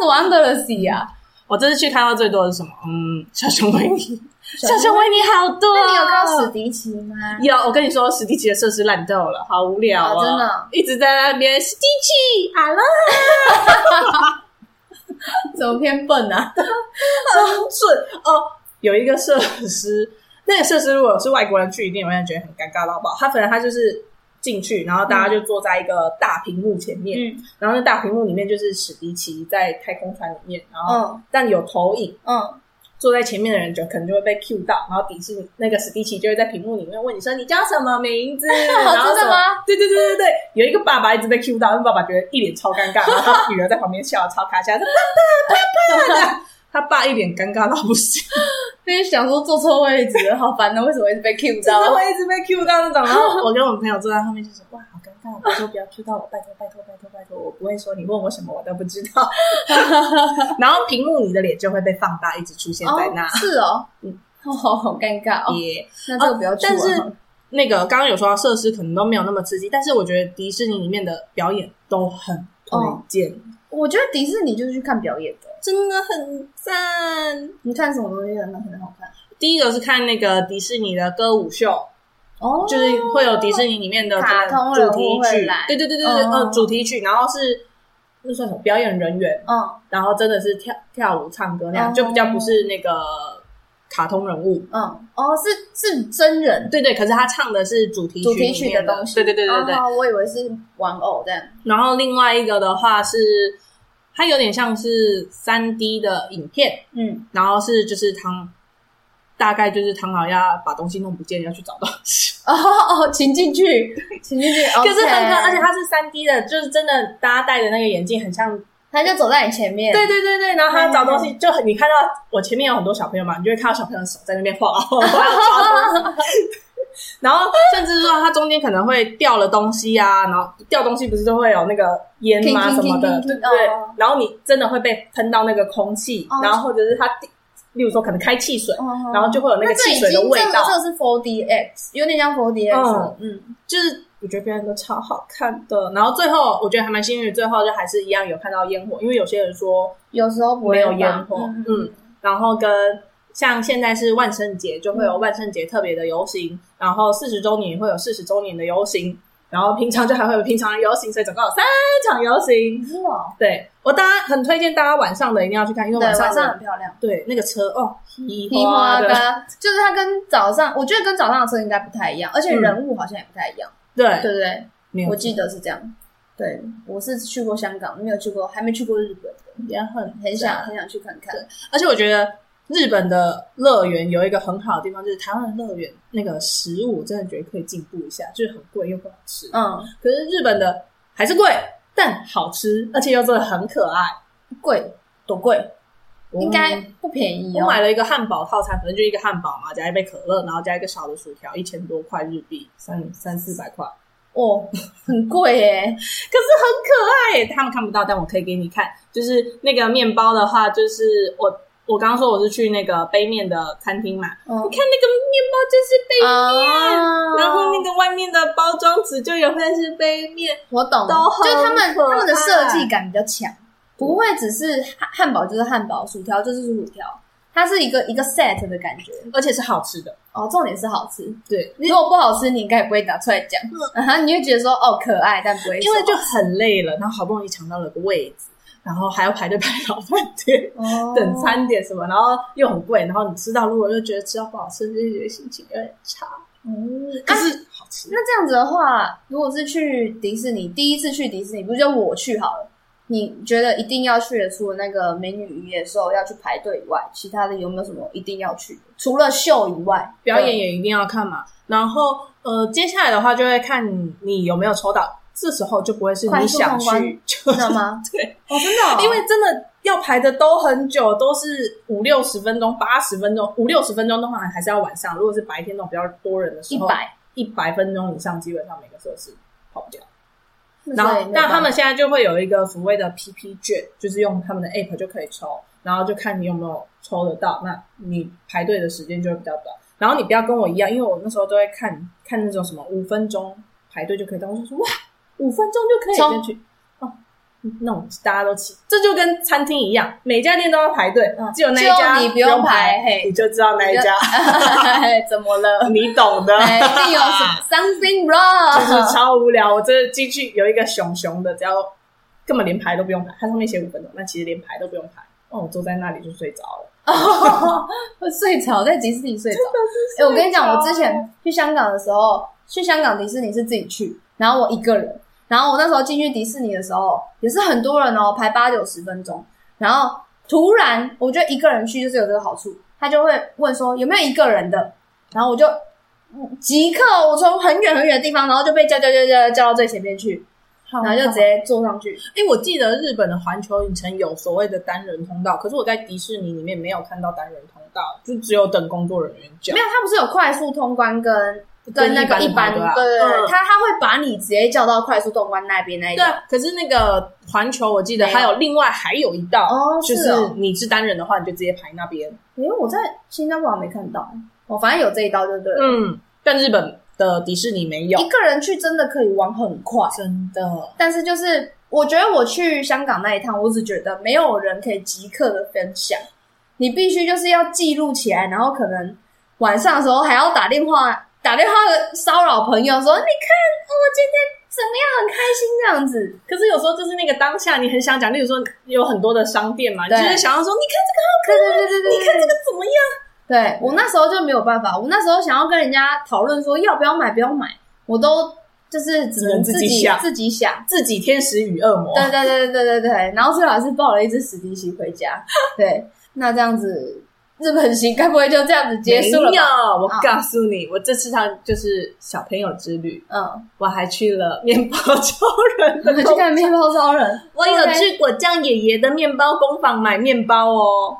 Speaker 2: 么 under the sea 啊？
Speaker 1: 我这次去看到最多的是什么？嗯，小熊维尼，小
Speaker 2: 小
Speaker 1: 熊维尼好多、啊
Speaker 2: 那你有看到史迪奇吗？
Speaker 1: 有，我跟你说，史迪奇的设施烂透了，好无聊哦
Speaker 2: 啊真的
Speaker 1: 一直在那边史迪奇好了，
Speaker 2: 怎么偏笨啊？
Speaker 1: 很准哦。有一个设施， 那个设施如果是外国人去，一定有人觉得很尴尬到爆。他反正他就是进去，然后大家就坐在一个大屏幕前面，
Speaker 2: 嗯
Speaker 1: 然后那大屏幕里面就是史迪奇在太空船里面，然后、
Speaker 2: 嗯
Speaker 1: 但有投影，
Speaker 2: 嗯。
Speaker 1: 坐在前面的人就可能就会被 Q 到，然后迪士尼那个史迪奇就会在屏幕里面问你说你叫什么名 字，然后
Speaker 2: 哦真的
Speaker 1: 什么
Speaker 2: 吗？
Speaker 1: 对对对对对，有一个爸爸一直被 Q 到，那爸爸觉得一脸超尴尬，然后他女儿在旁边笑得超开心，说爸爸爸爸，他爸一脸尴尬到不行，
Speaker 2: 那就想说坐错位置了，好烦的，为什么一直被 Q
Speaker 1: 真的
Speaker 2: 到？
Speaker 1: 会一直被 Q 到那种。然后我跟我朋友坐在后面就说哇，好尴尬，我说不要 Q 到我，拜托拜托拜托拜托，我不会说你问我什么我都不知道。然后屏幕你的脸就会被放大，一直出现在那
Speaker 2: 哦，。是哦，
Speaker 1: 嗯
Speaker 2: 嗯，哦，好尴尬哦，
Speaker 1: 也、
Speaker 2: 那这个不要去
Speaker 1: 但是
Speaker 2: 玩哦
Speaker 1: 那个刚刚有说到设施可能都没有那么刺激，但是我觉得迪士尼里面的表演都很推荐，
Speaker 2: 我觉得迪士尼就是去看表演的，
Speaker 1: 真的很赞。
Speaker 2: 你看什么东西很很好看
Speaker 1: 第一个是看那个迪士尼的歌舞秀，
Speaker 2: 哦，
Speaker 1: 就是会有迪士尼里面的
Speaker 2: 卡通
Speaker 1: 主
Speaker 2: 人
Speaker 1: 题
Speaker 2: 物会
Speaker 1: 曲
Speaker 2: 来，
Speaker 1: 对对对对对，
Speaker 2: 嗯
Speaker 1: 呃，主题曲，然后是那算什么表演人员，
Speaker 2: 嗯
Speaker 1: 然后真的是跳跳舞、唱歌那样，
Speaker 2: 嗯
Speaker 1: 就比较不是那个卡通人物。
Speaker 2: 嗯哦，是是真人
Speaker 1: 对对，可是他唱的是主题曲
Speaker 2: 主题曲
Speaker 1: 里面
Speaker 2: 东西，
Speaker 1: 对对对对对。
Speaker 2: 哦，我以为是玩偶这样，
Speaker 1: 然后另外一个的话是，它有点像是三 D 的影片，
Speaker 2: 嗯，
Speaker 1: 然后是就是唐，大概就是唐老鸭把东西弄不见，要去找东西。
Speaker 2: 哦哦，请进去，请进去，
Speaker 1: 可
Speaker 2: 可
Speaker 1: 是很 可，而且它是三 D 的，就是真的大家戴的那个眼镜很像。
Speaker 2: 他就走在你前面，
Speaker 1: 对对对对，然后他找东西，就很你看到我前面有很多小朋友嘛，你就会看到小朋友的手在那边晃，啊 然后我要抓东西。然后甚至说它中间可能会掉了东西啊，然后掉东西不是都会有那个烟吗什么的，
Speaker 2: 叮叮叮叮叮
Speaker 1: 对不对
Speaker 2: 哦？
Speaker 1: 然后你真的会被喷到那个空气
Speaker 2: 哦，
Speaker 1: 然后或者是它，例如说可能开汽水，
Speaker 2: 哦，
Speaker 1: 然后就会有那
Speaker 2: 那
Speaker 1: 个
Speaker 2: 这
Speaker 1: 汽
Speaker 2: 已
Speaker 1: 水
Speaker 2: 经
Speaker 1: 的味道
Speaker 2: 这个、这个是 4DX，有点像 4DX，了嗯
Speaker 1: 就是我觉得表演都超好看的。然后最后我觉得还蛮幸运的，最后就还是一样有看到烟火，因为有些人说，
Speaker 2: 有时候不会
Speaker 1: 没有
Speaker 2: 吧
Speaker 1: 烟火
Speaker 2: 嗯
Speaker 1: 嗯然后跟像现在是万圣节，就会有万圣节特别的游行，然后四十周年会有四十周年的游行，然后平常就还会有平常的游行，所以总共有三场游行。
Speaker 2: 是哦，
Speaker 1: 对我大家很推荐大家晚上的一定要去看，因为
Speaker 2: 对，晚
Speaker 1: 上
Speaker 2: 上
Speaker 1: 的
Speaker 2: 很漂亮。
Speaker 1: 对那个车哦，
Speaker 2: 皮
Speaker 1: 皮
Speaker 2: 花
Speaker 1: 的
Speaker 2: 跟就是它跟早上，我觉得跟早上的车应该不太一样，而且
Speaker 1: 嗯
Speaker 2: 人物好像也不太一样，
Speaker 1: 对
Speaker 2: 对不对？
Speaker 1: 没有
Speaker 2: 我记得是这样。对，我是去过香港，没有去过，还没去过日本的，
Speaker 1: 也很
Speaker 2: 很想很想去看看。
Speaker 1: 而且我觉得日本的乐园有一个很好的地方，就是台湾的乐园那个食物，我真的觉得可以进步一下，就是很贵又不好吃。
Speaker 2: 嗯，
Speaker 1: 可是日本的还是贵，但好吃，而且又真的很可爱。
Speaker 2: 贵多贵，应该不便宜
Speaker 1: 我
Speaker 2: 哦。
Speaker 1: 买了一个汉堡套餐，反正就一个汉堡嘛，加一杯可乐，然后加一个小的薯条，一千多块日币，三三四百块。
Speaker 2: 哦，很贵耶。
Speaker 1: 可是很可爱耶，他们看不到，但我可以给你看。就是那个面包的话，就是我我刚刚说我是去那个杯面的餐厅嘛，
Speaker 2: 嗯
Speaker 1: 你看那个面包就是杯
Speaker 2: 哦
Speaker 1: 然后那个外面的包装纸就有份是杯面，
Speaker 2: 我懂，
Speaker 1: 都很
Speaker 2: 就是他们
Speaker 1: 可爱
Speaker 2: 他们的设计感比较强，不会只是汉汉堡就是汉堡，薯条就是薯条，它是一个一个 set 的感觉。
Speaker 1: 而且是好吃的。
Speaker 2: 哦，重点是好吃。
Speaker 1: 对，
Speaker 2: 如果不好吃，你应该也不会拿出来讲， 然后你会觉得说哦可爱，但不会说，
Speaker 1: 因为就很累了，然后好不容易抢到了个位置，然后还要排队排老半天。
Speaker 2: 哦
Speaker 1: 等餐点什么，然后又很贵，然后你吃到如果又觉得吃到不好吃，就觉得心情有点差。
Speaker 2: 嗯
Speaker 1: 可
Speaker 2: 啊
Speaker 1: 是好吃，
Speaker 2: 那这样子的话，如果是去迪士尼，第一次去迪士尼，不是就我去好了？你觉得一定要去的，除了那个美女与野兽要去排队以外，其他的有没有什么一定要去的？除了秀以外，
Speaker 1: 表演也一定要看嘛。然后呃，接下来的话就会看你有没有抽到，这时候就不会是
Speaker 2: 快
Speaker 1: 你
Speaker 2: 速
Speaker 1: 想
Speaker 2: 通关
Speaker 1: 去，就
Speaker 2: 知道吗？
Speaker 1: 对。
Speaker 2: 哦，真的哦、
Speaker 1: 因为真的要排的都很久，都是五六十分钟、八十分钟、五六十分钟的话，还是要晚上。如果是白天那种比较多人的时
Speaker 2: 一
Speaker 1: 候，
Speaker 2: 百，
Speaker 1: 一百分钟以上，基本上每个设施跑不掉。
Speaker 2: 那
Speaker 1: 然
Speaker 2: 所以
Speaker 1: 后
Speaker 2: 没，有
Speaker 1: 但
Speaker 2: 办法
Speaker 1: 他们现在就会有一个所谓的 PP 券，就是用他们的 app 就可以抽，然后就看你有没有抽得到，那你排队的时间就会比较短。然后你不要跟我一样，因为我那时候都会看看那种什么五分钟排队就可以到，我就说哇，五分钟就可以
Speaker 2: 冲
Speaker 1: 进去哦，那种大家都起，这就跟餐厅一样，每家店都要排队，
Speaker 2: 嗯
Speaker 1: 只有那一家
Speaker 2: 就你
Speaker 1: 不
Speaker 2: 不用排
Speaker 1: 排
Speaker 2: 嘿，
Speaker 1: 你就知道那一 家，
Speaker 2: 怎 么了？
Speaker 1: 你懂的。
Speaker 2: 哎，一定有 something
Speaker 1: 就是
Speaker 2: wrong。
Speaker 1: 超无聊。我真的进去有一个熊熊的，只要根本连排都不用排，它上面写五分钟，但其实连排都不用排。哦，我坐在那里就睡着了。
Speaker 2: 睡着在迪士尼睡着。哎、我跟你讲，我之
Speaker 1: 欸
Speaker 2: 前去香港的时候，去香港迪士尼是自己去，然后我一个人，然后我那时候进去迪士尼的时候，也是很多人哦，排八九十分钟，然后突然我觉得一个人去就是有这个好处，他就会问说有没有一个人的，然后我就嗯即刻我从很远很远的地方，然后就被叫叫叫叫叫到最前面去，
Speaker 1: 好
Speaker 2: 然后就直接坐上去。
Speaker 1: 哎、我记得日本的环球影城有所谓的单人通道，可是我在迪士尼里面没有看到单人通道，就只有等工作人员叫
Speaker 2: 没。有，它不是有快速通关跟跟那个一般
Speaker 1: 的啊
Speaker 2: 对对对，
Speaker 1: 嗯
Speaker 2: 他他会把你直接叫到快速通关那边那一
Speaker 1: 对
Speaker 2: 种。
Speaker 1: 啊，可是那个环球，我记得
Speaker 2: 没有
Speaker 1: 还有另外还有一道，
Speaker 2: 哦
Speaker 1: 就是
Speaker 2: 哦
Speaker 1: 你是单人的话，你就直接排那边。
Speaker 2: 因为我在新加坡好像没看到，我反正有这一道就对了。
Speaker 1: 嗯，但日本的迪士尼嗯没有，
Speaker 2: 一个人去真的可以玩很快，
Speaker 1: 真的。
Speaker 2: 但是就是我觉得我去香港那一趟，我只觉得没有人可以即刻的分享，你必须就是要记录起来，然后可能晚上的时候还要打电话打电话骚扰朋友说，你看我今天怎么样，很开心这样子。
Speaker 1: 可是有时候就是那个当下，你很想讲，例如说有很多的商店嘛，你
Speaker 2: 对
Speaker 1: 就是想要说，你
Speaker 2: 对对对对对，
Speaker 1: 看这个，你看这个怎么样？
Speaker 2: 对我那时候就没有办法，我那时候想要跟人家讨论说要不要买，不要买，我都就是只
Speaker 1: 只能
Speaker 2: 能
Speaker 1: 自己
Speaker 2: 己
Speaker 1: 想
Speaker 2: 自己想。
Speaker 1: 自己天使与恶魔，
Speaker 2: 对对对对对对对，然后最好是抱了一只史迪奇回家。对，那这样子日本行该不会就这样子结束了
Speaker 1: 没有
Speaker 2: 吧？，
Speaker 1: 我告诉你，我这次他就是小朋友之旅，
Speaker 2: 嗯，
Speaker 1: 我还去了面包超人
Speaker 2: 我
Speaker 1: 的
Speaker 2: 们去
Speaker 1: 工
Speaker 2: 看面包超人，
Speaker 1: 我有
Speaker 2: OK
Speaker 1: 去果酱爷爷的面包工坊买面包哦，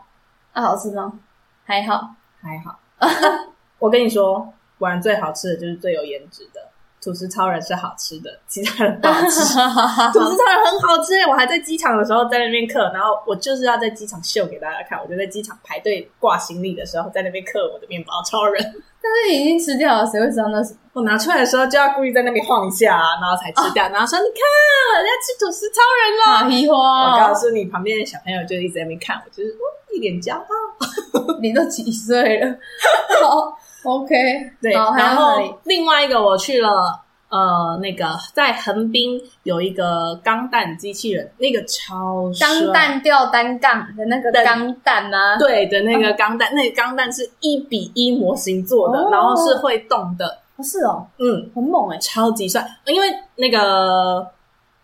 Speaker 2: 啊，好吃吗？还好，
Speaker 1: 还好。 我跟你说，果然最好吃的就是最有颜值的吐司超人是好吃的，其他人不 好吃。吐司超人很好吃耶，我还在机场的时候在那边刻，然后我就是要在机场秀给大家看，我就在机场排队挂行李的时候在那边刻我的面包超人。
Speaker 2: 但是已经吃掉了，谁会知道那是什么？
Speaker 1: 我拿出来的时候就要故意在那边晃一下、啊，然后才吃 掉，然后说：“你看，人家吃吐司超人了。
Speaker 2: 马屁花
Speaker 1: 我告
Speaker 2: 哦，
Speaker 1: 诉你，旁边的小朋友就一直在那边看我，就是、哦、一脸骄傲。
Speaker 2: 你都几岁了？ 好，OK，
Speaker 1: 对，
Speaker 2: 好，还
Speaker 1: 然
Speaker 2: 有哪里？
Speaker 1: 后另外一个我去了，呃，那个在横滨有一个钢弹机器人，那个超帅
Speaker 2: 钢弹吊单杠的那个钢弹吗？
Speaker 1: 对的那个钢弹，那个钢弹是一比一模型做的，
Speaker 2: 哦
Speaker 1: 然后是会动的，
Speaker 2: 不是哦，
Speaker 1: 嗯，
Speaker 2: 很猛哎、
Speaker 1: 超级帅，因为那个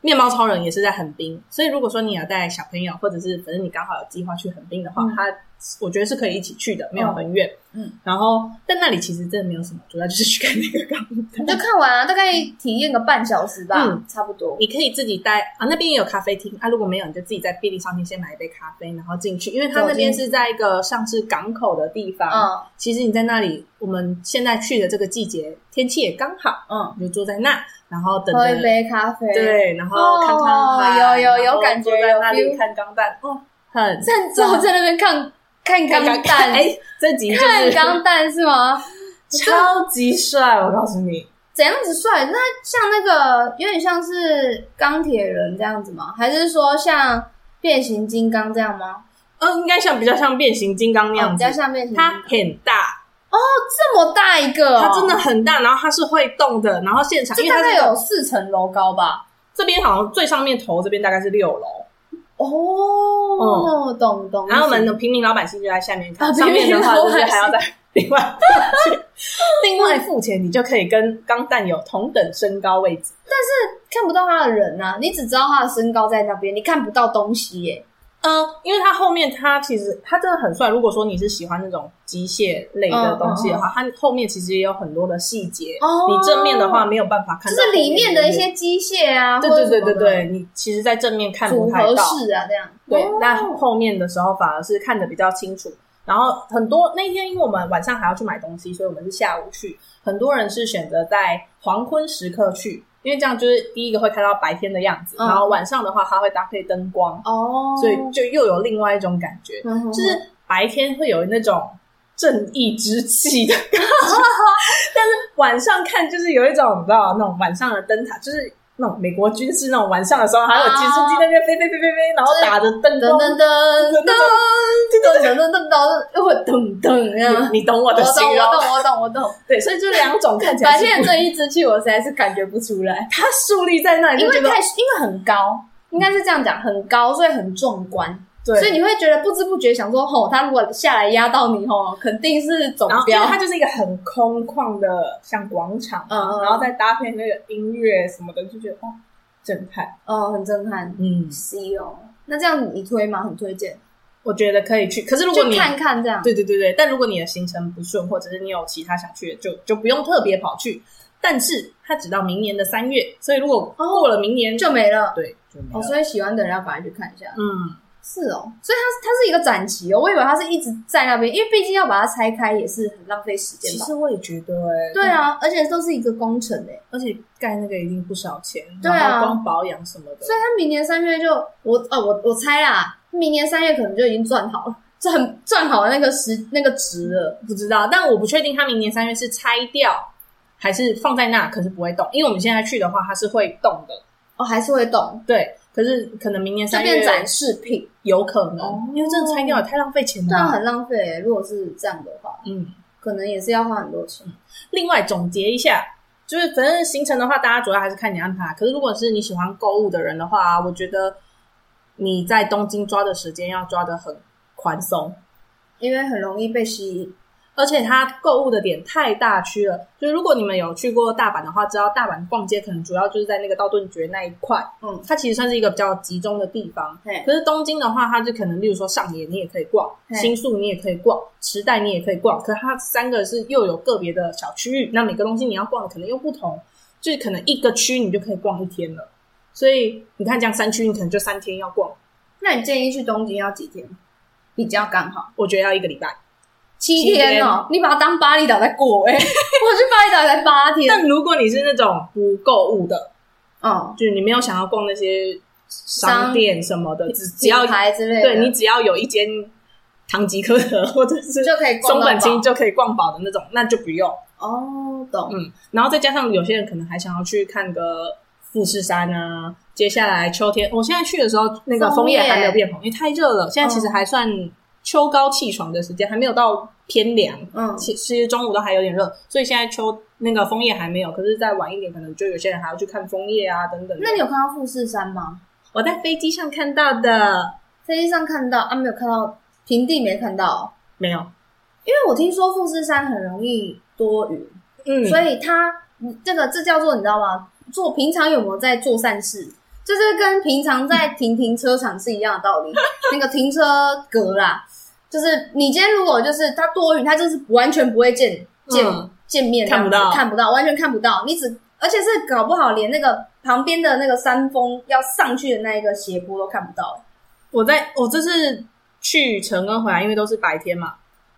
Speaker 1: 面包超人也是在横滨，所以如果说你有带小朋友，或者是反正你刚好有计划去横滨的话，
Speaker 2: 嗯
Speaker 1: 他我觉得是可以一起去的，没有很远。
Speaker 2: 嗯，
Speaker 1: 然后但那里其实真的没有什么，主要就是去看那个钢
Speaker 2: 你
Speaker 1: 弹。
Speaker 2: 就看完啊，大概体验个半小时吧，
Speaker 1: 嗯
Speaker 2: 差不多。
Speaker 1: 你可以自己带啊，那边也有咖啡厅啊。如果没有，你就自己在便利商店先买一杯咖啡，然后进去，因为它那边
Speaker 2: 走进
Speaker 1: 是在一个像是港口的地方。
Speaker 2: 嗯
Speaker 1: 其实你在那里，我们现在去的这个季节天气也刚好，
Speaker 2: 嗯，
Speaker 1: 你就坐在那，然后等
Speaker 2: 喝
Speaker 1: 着
Speaker 2: 一杯咖啡，，
Speaker 1: 对，然后看看海，
Speaker 2: 哦有有有
Speaker 1: 然后
Speaker 2: 感觉
Speaker 1: 坐在
Speaker 2: 有
Speaker 1: 那里
Speaker 2: feel
Speaker 1: 看钢弹，哦，很
Speaker 2: 站坐在那边看看
Speaker 1: 看
Speaker 2: 钢
Speaker 1: 弹。
Speaker 2: 蛋，
Speaker 1: 哎，这集就
Speaker 2: 看
Speaker 1: 是
Speaker 2: 钢蛋是吗？
Speaker 1: 超级帅，我告诉你，
Speaker 2: 怎样子帅？那像那个有点像是钢铁人这样子吗？还是说像变形金刚这样吗？
Speaker 1: 嗯，应该像比较像变形金刚那
Speaker 2: 哦
Speaker 1: 样
Speaker 2: 比
Speaker 1: 子
Speaker 2: 较，像变形金
Speaker 1: 它
Speaker 2: 刚，
Speaker 1: 很大，
Speaker 2: 这么大一个、哦，
Speaker 1: 它真的，很大，然后它是会动的，然后现场因为
Speaker 2: 这大
Speaker 1: 它
Speaker 2: 概
Speaker 1: 这
Speaker 2: 有
Speaker 1: 个
Speaker 2: 四层楼高吧？
Speaker 1: 这边好像最上面头这边大概是六楼，
Speaker 2: 哦，懂懂。
Speaker 1: 然后我们的平民老百姓就在下面看，
Speaker 2: 啊
Speaker 1: 上面的话就是
Speaker 2: 平民老百姓
Speaker 1: 还要再另外付 钱另外付钱，你就可以跟钢弹有同等身高位置。
Speaker 2: 看不到他的人啊，你只知道他的身高在那边，你看不到东西耶、
Speaker 1: 嗯，因为它后面它其实它真的很帅。如果说你是喜欢那种机械类的东西的话，它后面其实也有很多的细节。
Speaker 2: 哦
Speaker 1: 你正面的话没有办法
Speaker 2: 就
Speaker 1: 看到，
Speaker 2: 是里面的一。些机械啊，
Speaker 1: 对
Speaker 2: 或者
Speaker 1: 对对对
Speaker 2: 什么的
Speaker 1: 对，你其实，在正面看
Speaker 2: 组
Speaker 1: 不太
Speaker 2: 合
Speaker 1: 到。
Speaker 2: 式啊，这样
Speaker 1: 对
Speaker 2: 哦，
Speaker 1: 但后面的时候反而是看得比较清楚。然后很多那天，因为我们晚上还要去买东西，所以我们是下午去。很多人是选择在黄昏时刻去，因为这样就是第一个会看到白天的样子，
Speaker 2: 嗯
Speaker 1: 然后晚上的话，它会搭配灯光，
Speaker 2: 哦，
Speaker 1: 所以就又有另外一种感觉。
Speaker 2: 就
Speaker 1: 就是白天会有那种正义之气的感觉， 但是晚上看就是有一种你知道那种晚上的灯塔，就是那种美国军事那种晚上的时候，还有直升机在那边飞飞飞飞飞，然后打着灯
Speaker 2: 噔
Speaker 1: 光，
Speaker 2: 噔噔噔噔噔噔噔噔，又会噔噔这样。
Speaker 1: 你你懂我
Speaker 2: 嗯我
Speaker 1: 的
Speaker 2: 懂，
Speaker 1: 形
Speaker 2: 我
Speaker 1: 容，
Speaker 2: 懂，我懂，我懂。
Speaker 1: 对，所以就两种看起来
Speaker 2: 白
Speaker 1: 是不一
Speaker 2: 天
Speaker 1: 样，
Speaker 2: 的正义之气，我实在是感觉不出来，
Speaker 1: 它树立在那里，就
Speaker 2: 因为
Speaker 1: 觉
Speaker 2: 太因
Speaker 1: 得
Speaker 2: 为很高，应该是这样讲，很高，所以很壮观，
Speaker 1: 对，
Speaker 2: 所以你会觉得不知不觉想说，吼，他如果下来压到你，吼，肯定是总
Speaker 1: 然后因
Speaker 2: 标
Speaker 1: 为。它就是一个很空旷的像广场，
Speaker 2: 嗯嗯嗯
Speaker 1: 然后再搭配那个音乐什么的，就觉得哦，震撼，
Speaker 2: 哦，很震撼。
Speaker 1: 嗯，
Speaker 2: C 哦，那这样你推吗？很推荐，
Speaker 1: 我觉得可以去，可是如果
Speaker 2: 就
Speaker 1: 你
Speaker 2: 看看这样。
Speaker 1: 对对对对，但如果你的行程不顺，或者是你有其他想去的，就就不用特别跑去。但是它只到明年的三月，所以如果过了明年，
Speaker 2: 就没了。
Speaker 1: 哦对就没
Speaker 2: 哦，
Speaker 1: 了。
Speaker 2: 所以喜欢的人要赶快去看一下。
Speaker 1: 嗯，
Speaker 2: 是哦，所以它它是一个展期哦，我以为它是一直在那边，因为毕竟要把它拆开也是很浪费时间
Speaker 1: 其
Speaker 2: 吧。
Speaker 1: 实我也觉得、哎，
Speaker 2: 对，啊，而且都是一个工程欸诶、
Speaker 1: 而且盖那个一定不少钱，
Speaker 2: 对啊
Speaker 1: 然后光保养什么的
Speaker 2: 所，以他明年三月就我哦我我猜啦，明年三月可能就已经赚好了，赚赚好了那个时那个值了。
Speaker 1: 不知道，但我不确定它明年三月是拆掉还是放在那，可是不会动，因为我们现在去的话，它是会动的，
Speaker 2: 哦，还是会动，
Speaker 1: 对。可是可能明年
Speaker 2: 就
Speaker 1: 三
Speaker 2: 变
Speaker 1: 月
Speaker 2: 展示品，
Speaker 1: 有可能，
Speaker 2: 哦
Speaker 1: 因为真的拆掉也太浪费钱
Speaker 2: 对啊，
Speaker 1: 了。
Speaker 2: 很浪费欸、如果是这样的话，
Speaker 1: 嗯，
Speaker 2: 可能也是要花很多钱。
Speaker 1: 另外总结一下，就是反正行程的话，大家主要还是看你安排。啊可是如果是你喜欢购物的人的话，啊我觉得你在东京抓的时间要抓得很宽松，
Speaker 2: 因为很容易被吸引，
Speaker 1: 而且它购物的点太大区了。就是如果你们有去过大阪的话，知道大阪逛街可能主要就是在那个道顿崛那一块，
Speaker 2: 嗯，
Speaker 1: 它其实算是一个比较集中的地方。
Speaker 2: 对，
Speaker 1: 可是东京的话，它就可能，例如说上野你也可以逛，
Speaker 2: 嘿
Speaker 1: 新宿你也可以逛，池袋你也可以逛。可是它三个是又有个别的小区域，那每个东西你要逛的可能又不同，就是可能一个区你就可以逛一天了。所以你看，这样三区你可能就三天要逛，
Speaker 2: 那你建议去东京要几天比较刚好？
Speaker 1: 我觉得要一个礼拜。
Speaker 2: 七
Speaker 1: 天
Speaker 2: 天哦、你把它当巴厘岛在过 哎、我去巴厘岛才八天，
Speaker 1: 但如果你是那种不购物的，
Speaker 2: 嗯，
Speaker 1: 就是你没有想要逛那些商店什么的，只只要
Speaker 2: 品牌之类的，
Speaker 1: 对你只要有一间唐吉诃德或者是
Speaker 2: 就可以逛
Speaker 1: 松
Speaker 2: 到
Speaker 1: 本清
Speaker 2: 饱
Speaker 1: 就可以逛饱的那种，那就不用。
Speaker 2: 哦，懂，
Speaker 1: 嗯，然后再加上有些人可能还想要去看个富士山啊。接下来秋天，我现在去的时候，那个枫
Speaker 2: 枫
Speaker 1: 叶
Speaker 2: 叶
Speaker 1: 还没有变红，因为太热了。现在其实还算秋高气爽的时间，还没有到偏凉。
Speaker 2: 嗯，
Speaker 1: 其其实中午都还有点热，所以现在秋那个枫叶还没有，可是再晚一点，可能就有些人还要去看枫叶啊等等。
Speaker 2: 那你有看到富士山吗？
Speaker 1: 我在飞机上看到的
Speaker 2: 飞机上看到啊，没有看到平地没看到，
Speaker 1: 没有？
Speaker 2: 因为我听说富士山很容易多云，
Speaker 1: 嗯，
Speaker 2: 所以它这个这叫做你知道吗？做平常有没有在做善事？就是跟平常在停停车场是一样的道理， 那个停车格啦，就是你今天如果就是它多云，它就是完全不会见见、
Speaker 1: 嗯
Speaker 2: 见面这样
Speaker 1: 看不
Speaker 2: 子，
Speaker 1: 到
Speaker 2: 看不到，完全看不到。你只而且是搞不好连那个旁边的那个山峰要上去的那一个斜坡都看不到。
Speaker 1: 我在我这次去成跟回来，因为都是白天嘛，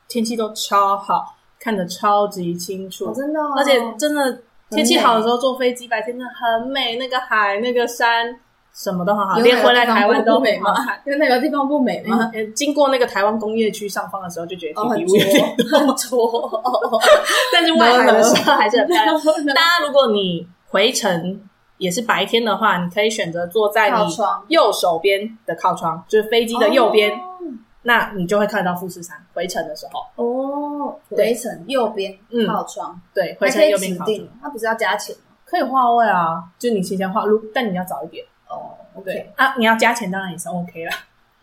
Speaker 1: 天气都超好，看得超级清楚，
Speaker 2: 哦、真的、哦，
Speaker 1: 而且真的天气好的时候坐飞机，白天真的很美，那个海、那个山什么都很好，
Speaker 2: 有哪个
Speaker 1: 连回来台湾都
Speaker 2: 地
Speaker 1: 很
Speaker 2: 方
Speaker 1: 好
Speaker 2: 不美
Speaker 1: 看。
Speaker 2: 吗？ 因为那个地方不美吗？
Speaker 1: 嗯呃 经过那个台湾工业区上方的时候，就觉得
Speaker 2: 哦，
Speaker 1: 体
Speaker 2: 很
Speaker 1: 力物
Speaker 2: 浊
Speaker 1: 有点，
Speaker 2: 很浊。
Speaker 1: 但是 外海的时候还是很漂亮。
Speaker 2: 亮。
Speaker 1: 大家如果你回程也是白天的话，你可以选择坐在
Speaker 2: 靠
Speaker 1: 你
Speaker 2: 窗
Speaker 1: 右手边的靠窗，就是飞机的右边，
Speaker 2: 哦
Speaker 1: 那你就会看到富士山。回程的时候，
Speaker 2: 哦，
Speaker 1: 对
Speaker 2: 回程右边
Speaker 1: 嗯
Speaker 2: 靠窗，
Speaker 1: 对，回
Speaker 2: 还
Speaker 1: 程
Speaker 2: 可以
Speaker 1: 右
Speaker 2: 指
Speaker 1: 边靠窗
Speaker 2: 定，那不是要加钱吗？
Speaker 1: 可以换位啊，就你提前换路，但你要早一点。
Speaker 2: 哦
Speaker 1: 对
Speaker 2: ，OK，
Speaker 1: 啊，你要加钱当然也是 OK 啦，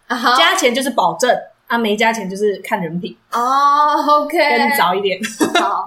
Speaker 2: 啊好
Speaker 1: 加钱就是保证啊，没加钱就是看人品，
Speaker 2: 哦，OK，
Speaker 1: 跟你早一 点。
Speaker 2: 好，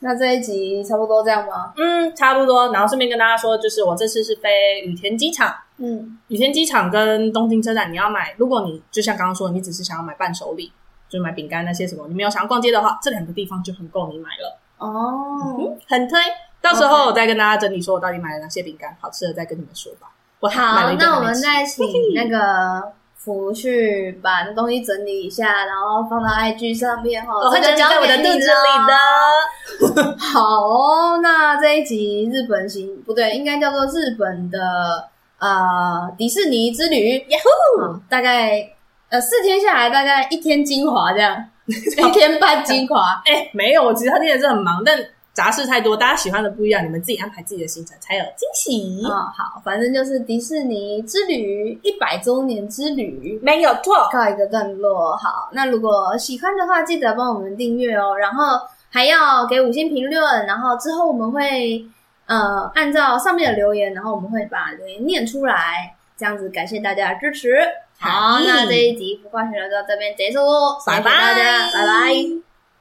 Speaker 2: 那这一集差不多这样吗？
Speaker 1: 嗯，差不多。然后顺便跟大家说，就是我这次是飞羽田机场，
Speaker 2: 嗯，
Speaker 1: 羽田机场跟东京车站，你要买，如果你就像刚刚说，你只是想要买伴手礼，就买饼干那些什么，你没有想要逛街的话，这两个地方就很够你买了，
Speaker 2: 哦，
Speaker 1: 嗯，很推。到时候
Speaker 2: OK
Speaker 1: 我再跟大家整理说我到底买了哪些饼干，好吃的再跟你们说吧。我买
Speaker 2: 好
Speaker 1: 了，一堆
Speaker 2: 那
Speaker 1: 还
Speaker 2: 我
Speaker 1: 没
Speaker 2: 们
Speaker 1: 吃
Speaker 2: 再请那个。福去把那东西整理一下，然后放到 IG 上面哈。
Speaker 1: 我会
Speaker 2: 这
Speaker 1: 哦在
Speaker 2: 就交
Speaker 1: 我的
Speaker 2: 给
Speaker 1: 肚
Speaker 2: 你
Speaker 1: 子里
Speaker 2: 了
Speaker 1: 的。
Speaker 2: 好哦，那这一集日本行不对，应该叫做日本的呃迪士尼之旅，呀呼，大概呃四天下来，大概一天精华这样， 一天半精华。
Speaker 1: 哎、没有，我其实他那天真的很忙，但杂事太多，大家喜欢的不一样，你们自己安排自己的行程才有惊喜，
Speaker 2: 嗯，好，反正就是迪士尼之旅一百周年之旅。
Speaker 1: 没有错。
Speaker 2: 告一个段落，好，那如果喜欢的话，记得帮我们订阅哦，然后还要给五星评论，然后之后我们会呃按照上面的留言，然后我们会把留言念出来，这样子感谢大家的支持。好，
Speaker 1: 好
Speaker 2: 那这一集浮夸闲聊就到这边结束喽，
Speaker 1: 拜
Speaker 2: 谢谢大家，
Speaker 1: 拜
Speaker 2: 拜拜。